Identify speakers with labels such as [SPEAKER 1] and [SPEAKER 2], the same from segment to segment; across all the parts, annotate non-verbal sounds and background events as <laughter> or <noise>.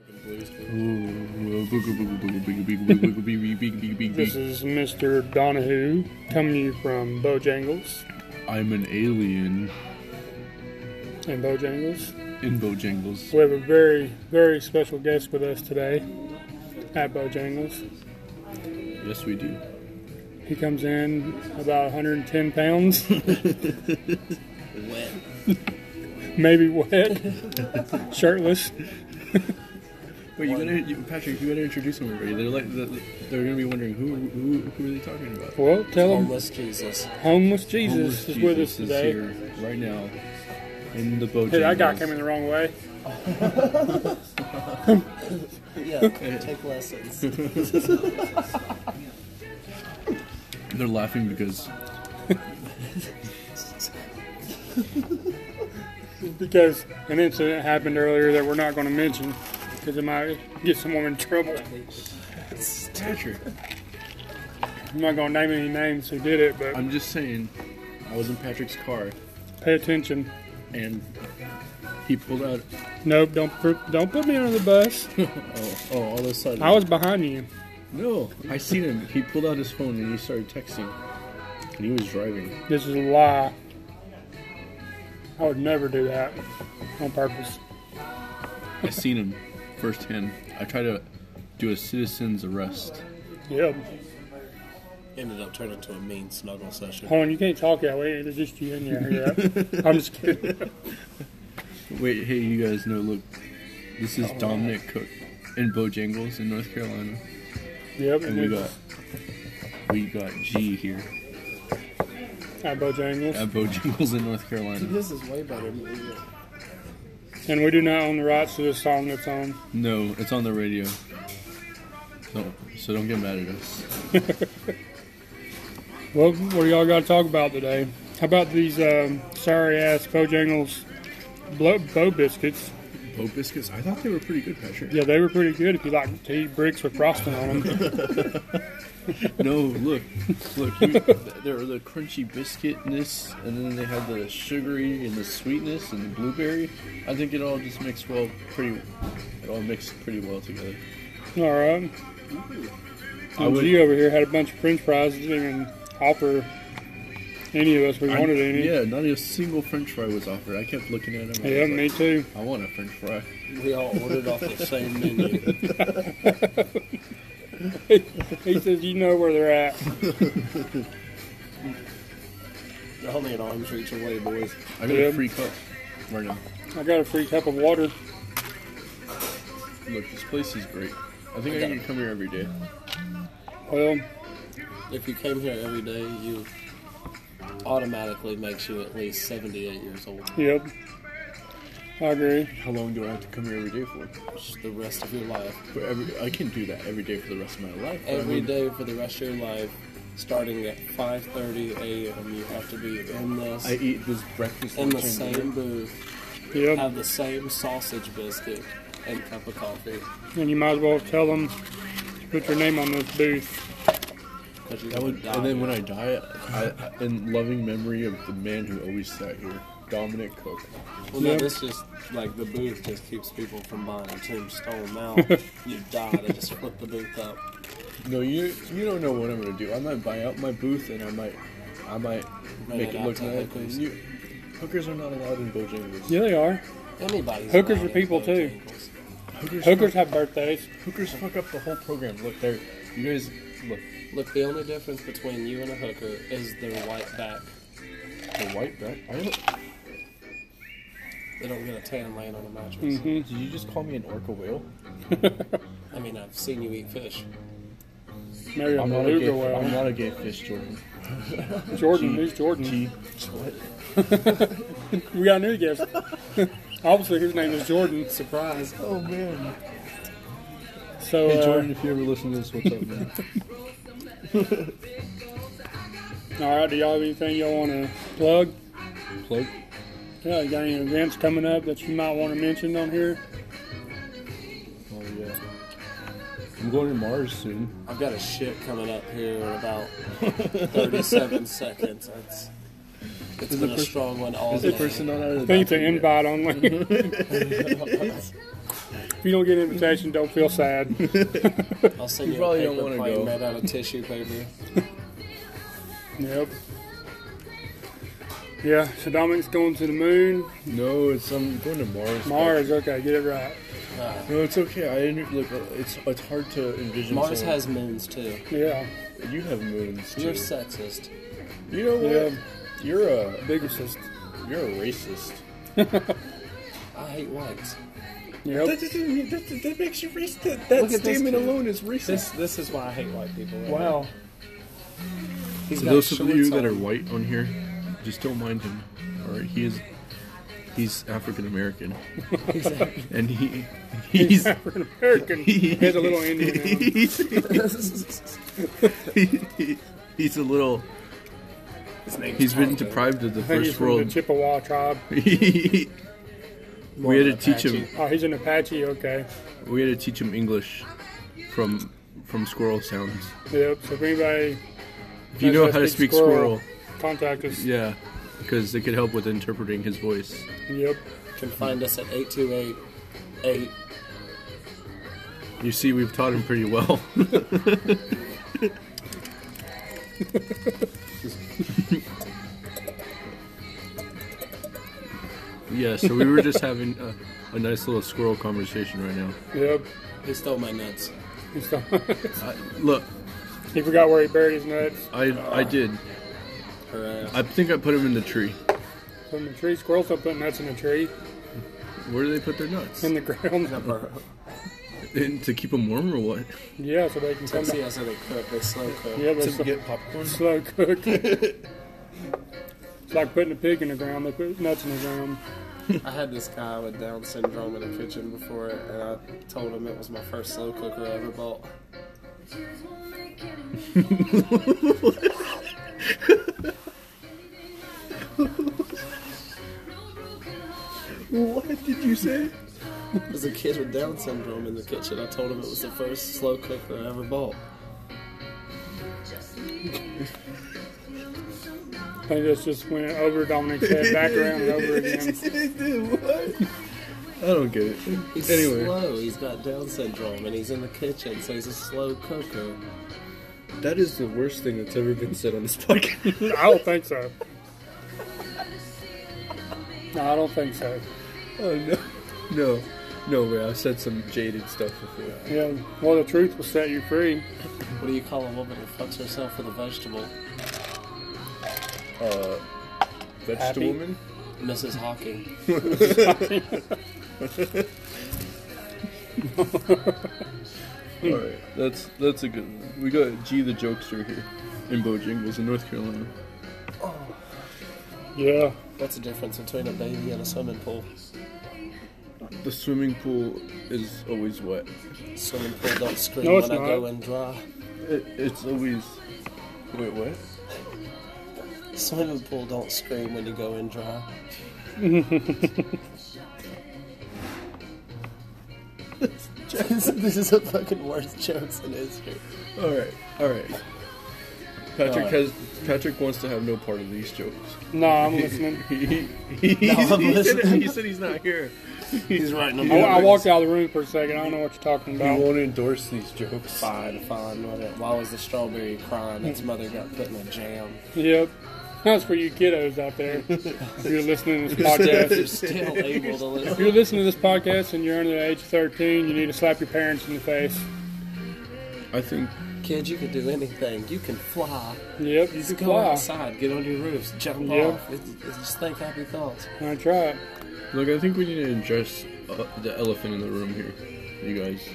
[SPEAKER 1] <laughs>
[SPEAKER 2] This is Mr. Donahue coming to you from Bojangles
[SPEAKER 1] I'm an alien
[SPEAKER 2] and Bojangles.
[SPEAKER 1] in Bojangles.
[SPEAKER 2] We have a very, very special guest with us today at Bojangles.
[SPEAKER 1] Yes, we do.
[SPEAKER 2] He comes in about
[SPEAKER 1] <laughs>
[SPEAKER 2] 110 pounds,
[SPEAKER 3] Wet.
[SPEAKER 2] maybe wet, shirtless.
[SPEAKER 1] Wait, you gotta, you, Patrick, you gotta introduce them already. They're like, they're they're gonna be wondering who, who, who are they talking about?
[SPEAKER 2] Well, tell him
[SPEAKER 3] Homeless Jesus.
[SPEAKER 2] homeless Jesus
[SPEAKER 1] Homeless
[SPEAKER 2] is with
[SPEAKER 1] Jesus
[SPEAKER 2] us today.
[SPEAKER 1] here right now in the Bojangles.
[SPEAKER 2] Hey, that guy came in the wrong way.
[SPEAKER 1] <laughs>
[SPEAKER 3] Yeah, take lessons.
[SPEAKER 1] They're laughing because
[SPEAKER 2] because an incident happened earlier that we're not going to mention because it might get someone in trouble.
[SPEAKER 1] Patrick.
[SPEAKER 2] I'm not going to name any names who did it, but
[SPEAKER 1] I'm just saying, I was in Patrick's car
[SPEAKER 2] pay attention.
[SPEAKER 1] and he pulled out.
[SPEAKER 2] Nope, don't put, don't put me under the bus.
[SPEAKER 1] Oh, oh, all of a sudden.
[SPEAKER 2] I was behind you.
[SPEAKER 1] No, I seen him. He pulled out his phone and he started texting. And he was driving.
[SPEAKER 2] This is a lie. I would never do that on purpose.
[SPEAKER 1] I seen him firsthand. I tried to do a citizen's arrest.
[SPEAKER 2] Yep.
[SPEAKER 3] Ended up turning into a mean snuggle session.
[SPEAKER 2] Hold on, you can't talk that way. There's just you in there. Yeah.
[SPEAKER 1] <laughs>
[SPEAKER 2] I'm just kidding.
[SPEAKER 1] Wait, hey, you guys know, look, this is Dominic Cook in Bojangles in North Carolina.
[SPEAKER 2] Yep.
[SPEAKER 1] And we got, we got G here
[SPEAKER 2] at Bojangles.
[SPEAKER 1] at Bojangles in North Carolina.
[SPEAKER 3] This is way better.
[SPEAKER 2] And we do not own the rights to this song that's on.
[SPEAKER 1] No, it's on the radio. So, so don't get mad at us.
[SPEAKER 2] Well, what do y'all got to talk about today? How about these um, sorry ass Bojangles blow, bow biscuits?
[SPEAKER 1] Bo biscuits, I thought they were pretty good, Patrick.
[SPEAKER 2] Yeah, they were pretty good if you like to eat bricks with frosting on them.
[SPEAKER 1] No, look, <laughs> look. You, there were the crunchy biscuitness, and then they had the sugary and the sweetness and the blueberry. I think it all just mixed well, pretty. It all mixed pretty well together.
[SPEAKER 2] All right.
[SPEAKER 1] I
[SPEAKER 2] And
[SPEAKER 1] would-
[SPEAKER 2] G over here had a bunch of French fries. Didn't even offer any of us we wanted any.
[SPEAKER 1] yeah, not a single French fry was offered. I kept looking at him. and I
[SPEAKER 2] Yeah,
[SPEAKER 1] was
[SPEAKER 2] me
[SPEAKER 1] like,
[SPEAKER 2] too. <laughs>
[SPEAKER 1] I want a French fry.
[SPEAKER 3] We all ordered off the same menu. <laughs>
[SPEAKER 2] He says, "You know where they're at."
[SPEAKER 3] They're only an arm's reach away, boys.
[SPEAKER 1] I got
[SPEAKER 2] Yeah.
[SPEAKER 1] a free cup right now.
[SPEAKER 2] I got a free cup of water.
[SPEAKER 1] Look, this place is great. I think I, can come here every day.
[SPEAKER 2] Well,
[SPEAKER 3] If you came here every day, you automatically makes you at least 78 years old.
[SPEAKER 2] yep. I agree.
[SPEAKER 1] How long do I have to come here every day for?
[SPEAKER 3] Just the rest of your life.
[SPEAKER 1] for every, I can do that every day for the rest of my life. but I
[SPEAKER 3] Every
[SPEAKER 1] mean,
[SPEAKER 3] day for the rest of your life, starting at 5.30 a.m., you have to be in this,
[SPEAKER 1] I eat this breakfast.
[SPEAKER 3] in the
[SPEAKER 1] lunch, and dinner.
[SPEAKER 3] same booth.
[SPEAKER 2] Yep.
[SPEAKER 1] Um,
[SPEAKER 3] have the same sausage biscuit and cup of coffee
[SPEAKER 2] And you might as well tell them to put your name on this booth.
[SPEAKER 3] because you
[SPEAKER 1] That would, and then when I die, I, I- in loving memory of the man who always sat here, Dominic Cook.
[SPEAKER 3] well, no,
[SPEAKER 2] Yeah.
[SPEAKER 3] this just like the booth just keeps people from buying a tombstone. Now
[SPEAKER 2] <laughs>
[SPEAKER 3] you die, they just flip the booth up.
[SPEAKER 1] No, you you don't know what I'm gonna do. I might buy out my booth and I might I might
[SPEAKER 3] No,
[SPEAKER 1] make
[SPEAKER 3] no,
[SPEAKER 1] it
[SPEAKER 3] no,
[SPEAKER 1] look
[SPEAKER 3] no,
[SPEAKER 1] nice.
[SPEAKER 3] hookers.
[SPEAKER 1] You, hookers are not allowed in Bojangles.
[SPEAKER 2] Yeah, they are.
[SPEAKER 3] Anybody's
[SPEAKER 2] Hookers
[SPEAKER 3] allowed
[SPEAKER 2] are
[SPEAKER 3] in
[SPEAKER 2] people,
[SPEAKER 3] both
[SPEAKER 2] too.
[SPEAKER 3] tables.
[SPEAKER 1] Hookers,
[SPEAKER 2] Hookers have birthdays.
[SPEAKER 1] hookers fuck up the whole program. Look, there, you guys look
[SPEAKER 3] Look, the only difference between you and a hooker is their white back.
[SPEAKER 1] the white back. I don't,
[SPEAKER 3] They don't get a tan laying on a mattress.
[SPEAKER 1] did you just call me an orca whale?
[SPEAKER 2] Mm-hmm.
[SPEAKER 3] I mean, I've seen you eat fish.
[SPEAKER 2] Maybe a
[SPEAKER 1] I'm not a
[SPEAKER 2] beluga
[SPEAKER 1] gay. I'm
[SPEAKER 2] whale.
[SPEAKER 1] not a gay fish, Jordan.
[SPEAKER 2] Jordan, who's Jordan?
[SPEAKER 1] G.
[SPEAKER 2] We got a new guest. <laughs> Obviously, his name is Jordan.
[SPEAKER 3] Surprise!
[SPEAKER 1] Oh man.
[SPEAKER 2] So,
[SPEAKER 1] Hey
[SPEAKER 2] uh,
[SPEAKER 1] Jordan, if you ever listen to this, what's up, man?
[SPEAKER 2] all right, do y'all have anything y'all want to plug?
[SPEAKER 1] Plug.
[SPEAKER 2] Yeah, you got any events coming up that you might want to mention on here?
[SPEAKER 1] Oh yeah. I'm going to Mars soon.
[SPEAKER 3] I've got a shit coming up here
[SPEAKER 2] <laughs>
[SPEAKER 3] in about 37 seconds. It's, it's been a
[SPEAKER 1] person-
[SPEAKER 3] strong one all
[SPEAKER 1] Is
[SPEAKER 3] day.
[SPEAKER 1] the person not out of the
[SPEAKER 2] I think it's an
[SPEAKER 1] bathroom yet?
[SPEAKER 2] invite only. <laughs> If you don't get an invitation, don't feel
[SPEAKER 1] <laughs>
[SPEAKER 2] sad.
[SPEAKER 3] <laughs> I'll send
[SPEAKER 1] You
[SPEAKER 3] you,
[SPEAKER 1] probably
[SPEAKER 3] a
[SPEAKER 1] don't
[SPEAKER 3] paper
[SPEAKER 1] wanna
[SPEAKER 3] plane
[SPEAKER 1] go.
[SPEAKER 3] made out of tissue paper.
[SPEAKER 2] yep. Yeah, so Dominic's going to the moon.
[SPEAKER 1] No, it's I'm going to Mars.
[SPEAKER 2] Mars, okay, get it right.
[SPEAKER 3] Nah.
[SPEAKER 1] No, it's okay. I inter- look. It's it's hard to envision.
[SPEAKER 3] Mars
[SPEAKER 1] someone-
[SPEAKER 3] has moons too.
[SPEAKER 2] Yeah,
[SPEAKER 1] You have moons. Too.
[SPEAKER 3] You're sexist.
[SPEAKER 1] You know what?
[SPEAKER 2] Yeah.
[SPEAKER 1] You're a
[SPEAKER 2] big assist.
[SPEAKER 1] you're a racist.
[SPEAKER 3] I hate whites.
[SPEAKER 2] Yep.
[SPEAKER 1] doesn't mean- that, that makes you racist.
[SPEAKER 4] Look at this kid.
[SPEAKER 1] alone is
[SPEAKER 4] This this is why I hate white people. right
[SPEAKER 2] Wow.
[SPEAKER 3] He's
[SPEAKER 1] So
[SPEAKER 3] got
[SPEAKER 1] those of
[SPEAKER 3] shorts
[SPEAKER 1] you that
[SPEAKER 3] on.
[SPEAKER 1] are white on here, just don't mind him. All right, he is he's African American, and he <laughs> he's.
[SPEAKER 2] African
[SPEAKER 4] <laughs>
[SPEAKER 2] American. He has a little Indian. in him.
[SPEAKER 1] he's,
[SPEAKER 3] <laughs>
[SPEAKER 1] <laughs> he's a little.
[SPEAKER 4] His name's
[SPEAKER 1] He's been
[SPEAKER 4] Tonto.
[SPEAKER 1] deprived of the
[SPEAKER 2] I think he's
[SPEAKER 1] first
[SPEAKER 2] from the
[SPEAKER 1] world.
[SPEAKER 2] Chippewa tribe.
[SPEAKER 1] <laughs> we
[SPEAKER 3] More
[SPEAKER 1] had
[SPEAKER 3] of
[SPEAKER 1] to
[SPEAKER 3] an
[SPEAKER 1] teach him.
[SPEAKER 3] Apache.
[SPEAKER 2] Oh, he's an Apache. Okay.
[SPEAKER 1] We had to teach him English from from squirrel sounds.
[SPEAKER 2] Yep. So if anybody,
[SPEAKER 1] If you know how to speak squirrel,
[SPEAKER 2] contact us.
[SPEAKER 1] yeah, because they could help with interpreting his voice.
[SPEAKER 2] Yep.
[SPEAKER 3] You can find us at 828 8.
[SPEAKER 1] You see, we've taught him pretty well. <laughs> yeah, so we were just having a, a nice little squirrel conversation right now.
[SPEAKER 2] Yep.
[SPEAKER 3] He stole my nuts.
[SPEAKER 2] And so-
[SPEAKER 1] I, look,
[SPEAKER 2] <laughs> he forgot where he buried his nuts.
[SPEAKER 1] I I did.
[SPEAKER 3] Hooray.
[SPEAKER 1] I think I put him in the tree.
[SPEAKER 2] Put 'em in the tree. Squirrels don't put nuts in the tree.
[SPEAKER 1] Where do they put their nuts?
[SPEAKER 2] In the ground. <laughs>
[SPEAKER 1] In, to keep them warm or what?
[SPEAKER 2] Yeah, so they can come
[SPEAKER 3] See
[SPEAKER 2] back.
[SPEAKER 3] how they cook, they slow cook.
[SPEAKER 2] Yeah, they slow,
[SPEAKER 1] popcorn.
[SPEAKER 2] slow cook. it's like putting a pig in the ground. They put nuts in the ground.
[SPEAKER 3] I had this guy with Down syndrome in the kitchen before, and I told him it was my first slow cooker I ever bought.
[SPEAKER 1] What did you say?
[SPEAKER 3] There's a kid with Down syndrome in the kitchen. I told him it was the first slow cooker I ever bought.
[SPEAKER 2] I think that's just went over Dominic's head, back around and
[SPEAKER 1] <laughs>
[SPEAKER 2] over again.
[SPEAKER 1] I don't get it.
[SPEAKER 3] He's
[SPEAKER 1] Anyway.
[SPEAKER 3] slow. He's got Down syndrome, and he's in the kitchen, so he's a slow cooker.
[SPEAKER 4] That is the worst thing that's ever been said on
[SPEAKER 1] <laughs>
[SPEAKER 4] this podcast.
[SPEAKER 2] I don't think so. No, I don't think so.
[SPEAKER 1] Oh no, no, no way! I've said some jaded stuff before.
[SPEAKER 2] Yeah, well, the truth will set you free.
[SPEAKER 3] What do you call a woman who fucks herself with a vegetable?
[SPEAKER 1] Uh, vegetable
[SPEAKER 2] Happy?
[SPEAKER 1] woman.
[SPEAKER 3] Mrs. Hawking.
[SPEAKER 1] All right, that's that's a good one. We got G the jokester here in Bojangles in North Carolina.
[SPEAKER 2] Yeah.
[SPEAKER 3] What's the difference between a baby and a swimming pool?
[SPEAKER 1] The swimming pool is always wet.
[SPEAKER 3] Swimming pool don't scream
[SPEAKER 2] No, it's
[SPEAKER 3] when I go
[SPEAKER 2] not.
[SPEAKER 3] in dry.
[SPEAKER 1] It, it's always. Wait, what?
[SPEAKER 3] Swimming pool don't scream when you go in dry.
[SPEAKER 2] <laughs>
[SPEAKER 3] <laughs> this is the fucking worst jokes in history.
[SPEAKER 1] All right, all right. Patrick
[SPEAKER 3] All right.
[SPEAKER 1] has Patrick wants to have no part of these jokes. <laughs>
[SPEAKER 2] No, I'm listening.
[SPEAKER 1] He, he, he,
[SPEAKER 3] No, I'm
[SPEAKER 1] he, said,
[SPEAKER 3] listening.
[SPEAKER 1] he said he's not here.
[SPEAKER 3] He's writing
[SPEAKER 2] <laughs> I, I walked out of the room for a second. I don't know what you're talking
[SPEAKER 1] He
[SPEAKER 2] about.
[SPEAKER 1] won't endorse these jokes.
[SPEAKER 3] Fine, fine, whatever. Why was the strawberry crying? Its mother got put in a
[SPEAKER 2] <laughs>
[SPEAKER 3] jam.
[SPEAKER 2] Yep. That's for you kiddos out there. If you're listening to this
[SPEAKER 3] They're
[SPEAKER 2] podcast,
[SPEAKER 3] still able to
[SPEAKER 2] if
[SPEAKER 3] listen.
[SPEAKER 2] you're listening to this podcast and you're under the age of 13, you need to slap your parents in the face.
[SPEAKER 1] I think
[SPEAKER 3] Kid, you can do anything. You can fly.
[SPEAKER 2] Yep. You
[SPEAKER 3] You
[SPEAKER 2] can
[SPEAKER 3] can go
[SPEAKER 2] fly.
[SPEAKER 3] outside, get on your roofs, jump
[SPEAKER 2] Yeah.
[SPEAKER 3] off. It's, it's just think happy thoughts.
[SPEAKER 2] I try it.
[SPEAKER 1] Look, I think we need to address uh, the elephant in the room here, you guys.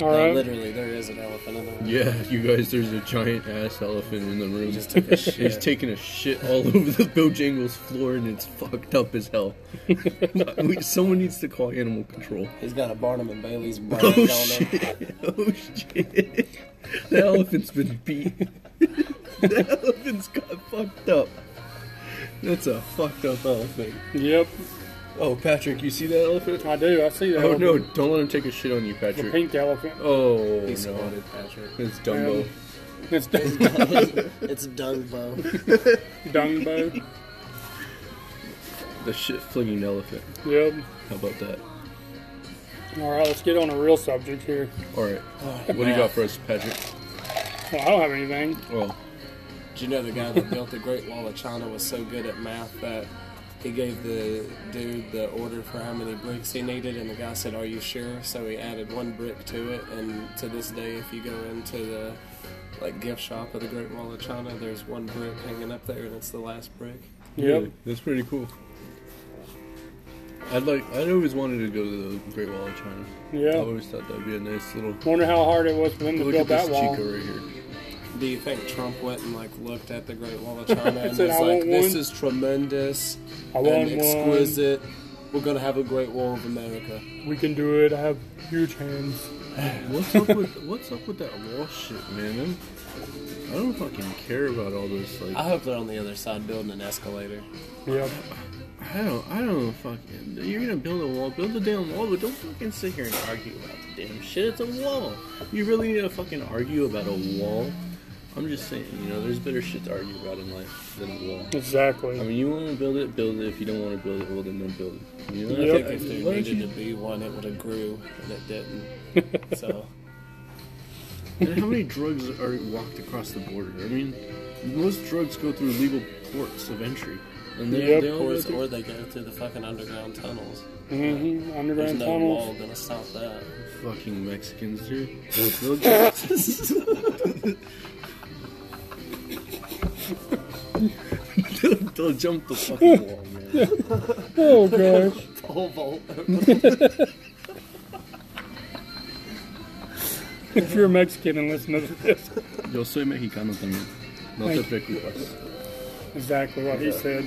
[SPEAKER 2] All
[SPEAKER 3] No,
[SPEAKER 2] right.
[SPEAKER 3] literally, there is an elephant in the room.
[SPEAKER 1] Yeah, you guys. There's a giant ass elephant in the room.
[SPEAKER 3] Just <laughs> took a
[SPEAKER 1] He's
[SPEAKER 3] shit.
[SPEAKER 1] taking a shit all <laughs> over the Bojangles floor, and it's fucked up as
[SPEAKER 3] <laughs>
[SPEAKER 1] hell. We- Someone needs to call animal control.
[SPEAKER 3] He's got a Barnum and Bailey's brand
[SPEAKER 1] Oh
[SPEAKER 3] on him.
[SPEAKER 1] shit! Oh shit! The elephant's been beat. the elephant's got fucked up. That's a fucked up elephant.
[SPEAKER 2] Yep.
[SPEAKER 1] Oh, Patrick, you see that elephant?
[SPEAKER 2] I do. I see that.
[SPEAKER 1] Oh no!
[SPEAKER 2] elephant.
[SPEAKER 1] Don't let him take a shit on you,
[SPEAKER 2] The
[SPEAKER 1] Patrick.
[SPEAKER 2] pink elephant.
[SPEAKER 1] Oh
[SPEAKER 3] He
[SPEAKER 1] no!
[SPEAKER 3] squatted, Patrick.
[SPEAKER 1] It's Dumbo.
[SPEAKER 2] Um, It's <laughs> Dung-
[SPEAKER 3] <laughs> it's Dumbo.
[SPEAKER 2] Dungbo.
[SPEAKER 1] The shit flinging elephant.
[SPEAKER 2] Yep.
[SPEAKER 1] How about that?
[SPEAKER 2] All right, let's get on a real subject here.
[SPEAKER 1] All right. What do you got for us, Patrick?
[SPEAKER 2] Well, I don't have anything.
[SPEAKER 1] Well,
[SPEAKER 3] Do you know the guy that built the Great Wall of China was so good at math that he gave the dude the order for how many bricks he needed, and the guy said, "Are you sure?" So he added one brick to it, and to this day, if you go into the like gift shop of the Great Wall of China, there's one brick hanging up there, and it's the last brick.
[SPEAKER 2] Yep.
[SPEAKER 1] that's pretty cool. I'd like. I'd always wanted to go to the Great Wall of China. I
[SPEAKER 2] Yeah.
[SPEAKER 1] always thought that'd be a nice little.
[SPEAKER 2] Wonder how hard it was for them to
[SPEAKER 1] Oh. Look
[SPEAKER 2] build
[SPEAKER 1] at this
[SPEAKER 2] that wall.
[SPEAKER 1] Chico right here.
[SPEAKER 3] Do you think Trump went and like looked at the Great Wall
[SPEAKER 2] <laughs>
[SPEAKER 3] of China and was
[SPEAKER 2] Said, "I want
[SPEAKER 3] like, "This
[SPEAKER 2] one."
[SPEAKER 3] is tremendous
[SPEAKER 2] I
[SPEAKER 3] and
[SPEAKER 2] want one.
[SPEAKER 3] exquisite. We're gonna have a Great Wall of America."
[SPEAKER 2] We can do it. I have huge hands.
[SPEAKER 1] What's up with What's up with that wall shit, man? Them- I don't fucking care about all this. Like,
[SPEAKER 3] I hope they're on the other side building an escalator.
[SPEAKER 2] Yep.
[SPEAKER 1] I don't. I don't fucking. You're gonna build a wall. Build a damn wall, but don't fucking sit here and argue about the damn shit. It's a wall. You really need to fucking argue about a wall. I'm just saying. You know, there's better shit to argue about in life than a wall.
[SPEAKER 2] Exactly.
[SPEAKER 1] I mean, you want to build it, build it. If you don't want to build it, well, then don't build it. You know,
[SPEAKER 2] Yep.
[SPEAKER 1] I
[SPEAKER 3] think if
[SPEAKER 1] think,
[SPEAKER 3] there
[SPEAKER 1] why don't
[SPEAKER 3] needed
[SPEAKER 1] you,
[SPEAKER 3] to be one, it would have grew, and it didn't. so
[SPEAKER 1] and how many drugs are walked across the border? I mean, most drugs go through legal ports of entry, and they,
[SPEAKER 2] Yep.
[SPEAKER 1] they
[SPEAKER 3] of
[SPEAKER 1] all go
[SPEAKER 3] course,
[SPEAKER 1] through.
[SPEAKER 3] or they go through the fucking underground tunnels.
[SPEAKER 2] hmm
[SPEAKER 3] There's
[SPEAKER 2] Underground
[SPEAKER 3] no
[SPEAKER 2] tunnels.
[SPEAKER 3] wall gonna stop that. <laughs>
[SPEAKER 1] Fucking Mexicans, dude. They'll get- they'll, they'll jump the fucking wall, man.
[SPEAKER 2] Oh gosh.
[SPEAKER 3] Pole vault.
[SPEAKER 2] if you're Mexican and listen to this,
[SPEAKER 1] Yo soy mexicano también. No te preocupes.
[SPEAKER 2] exactly what he said.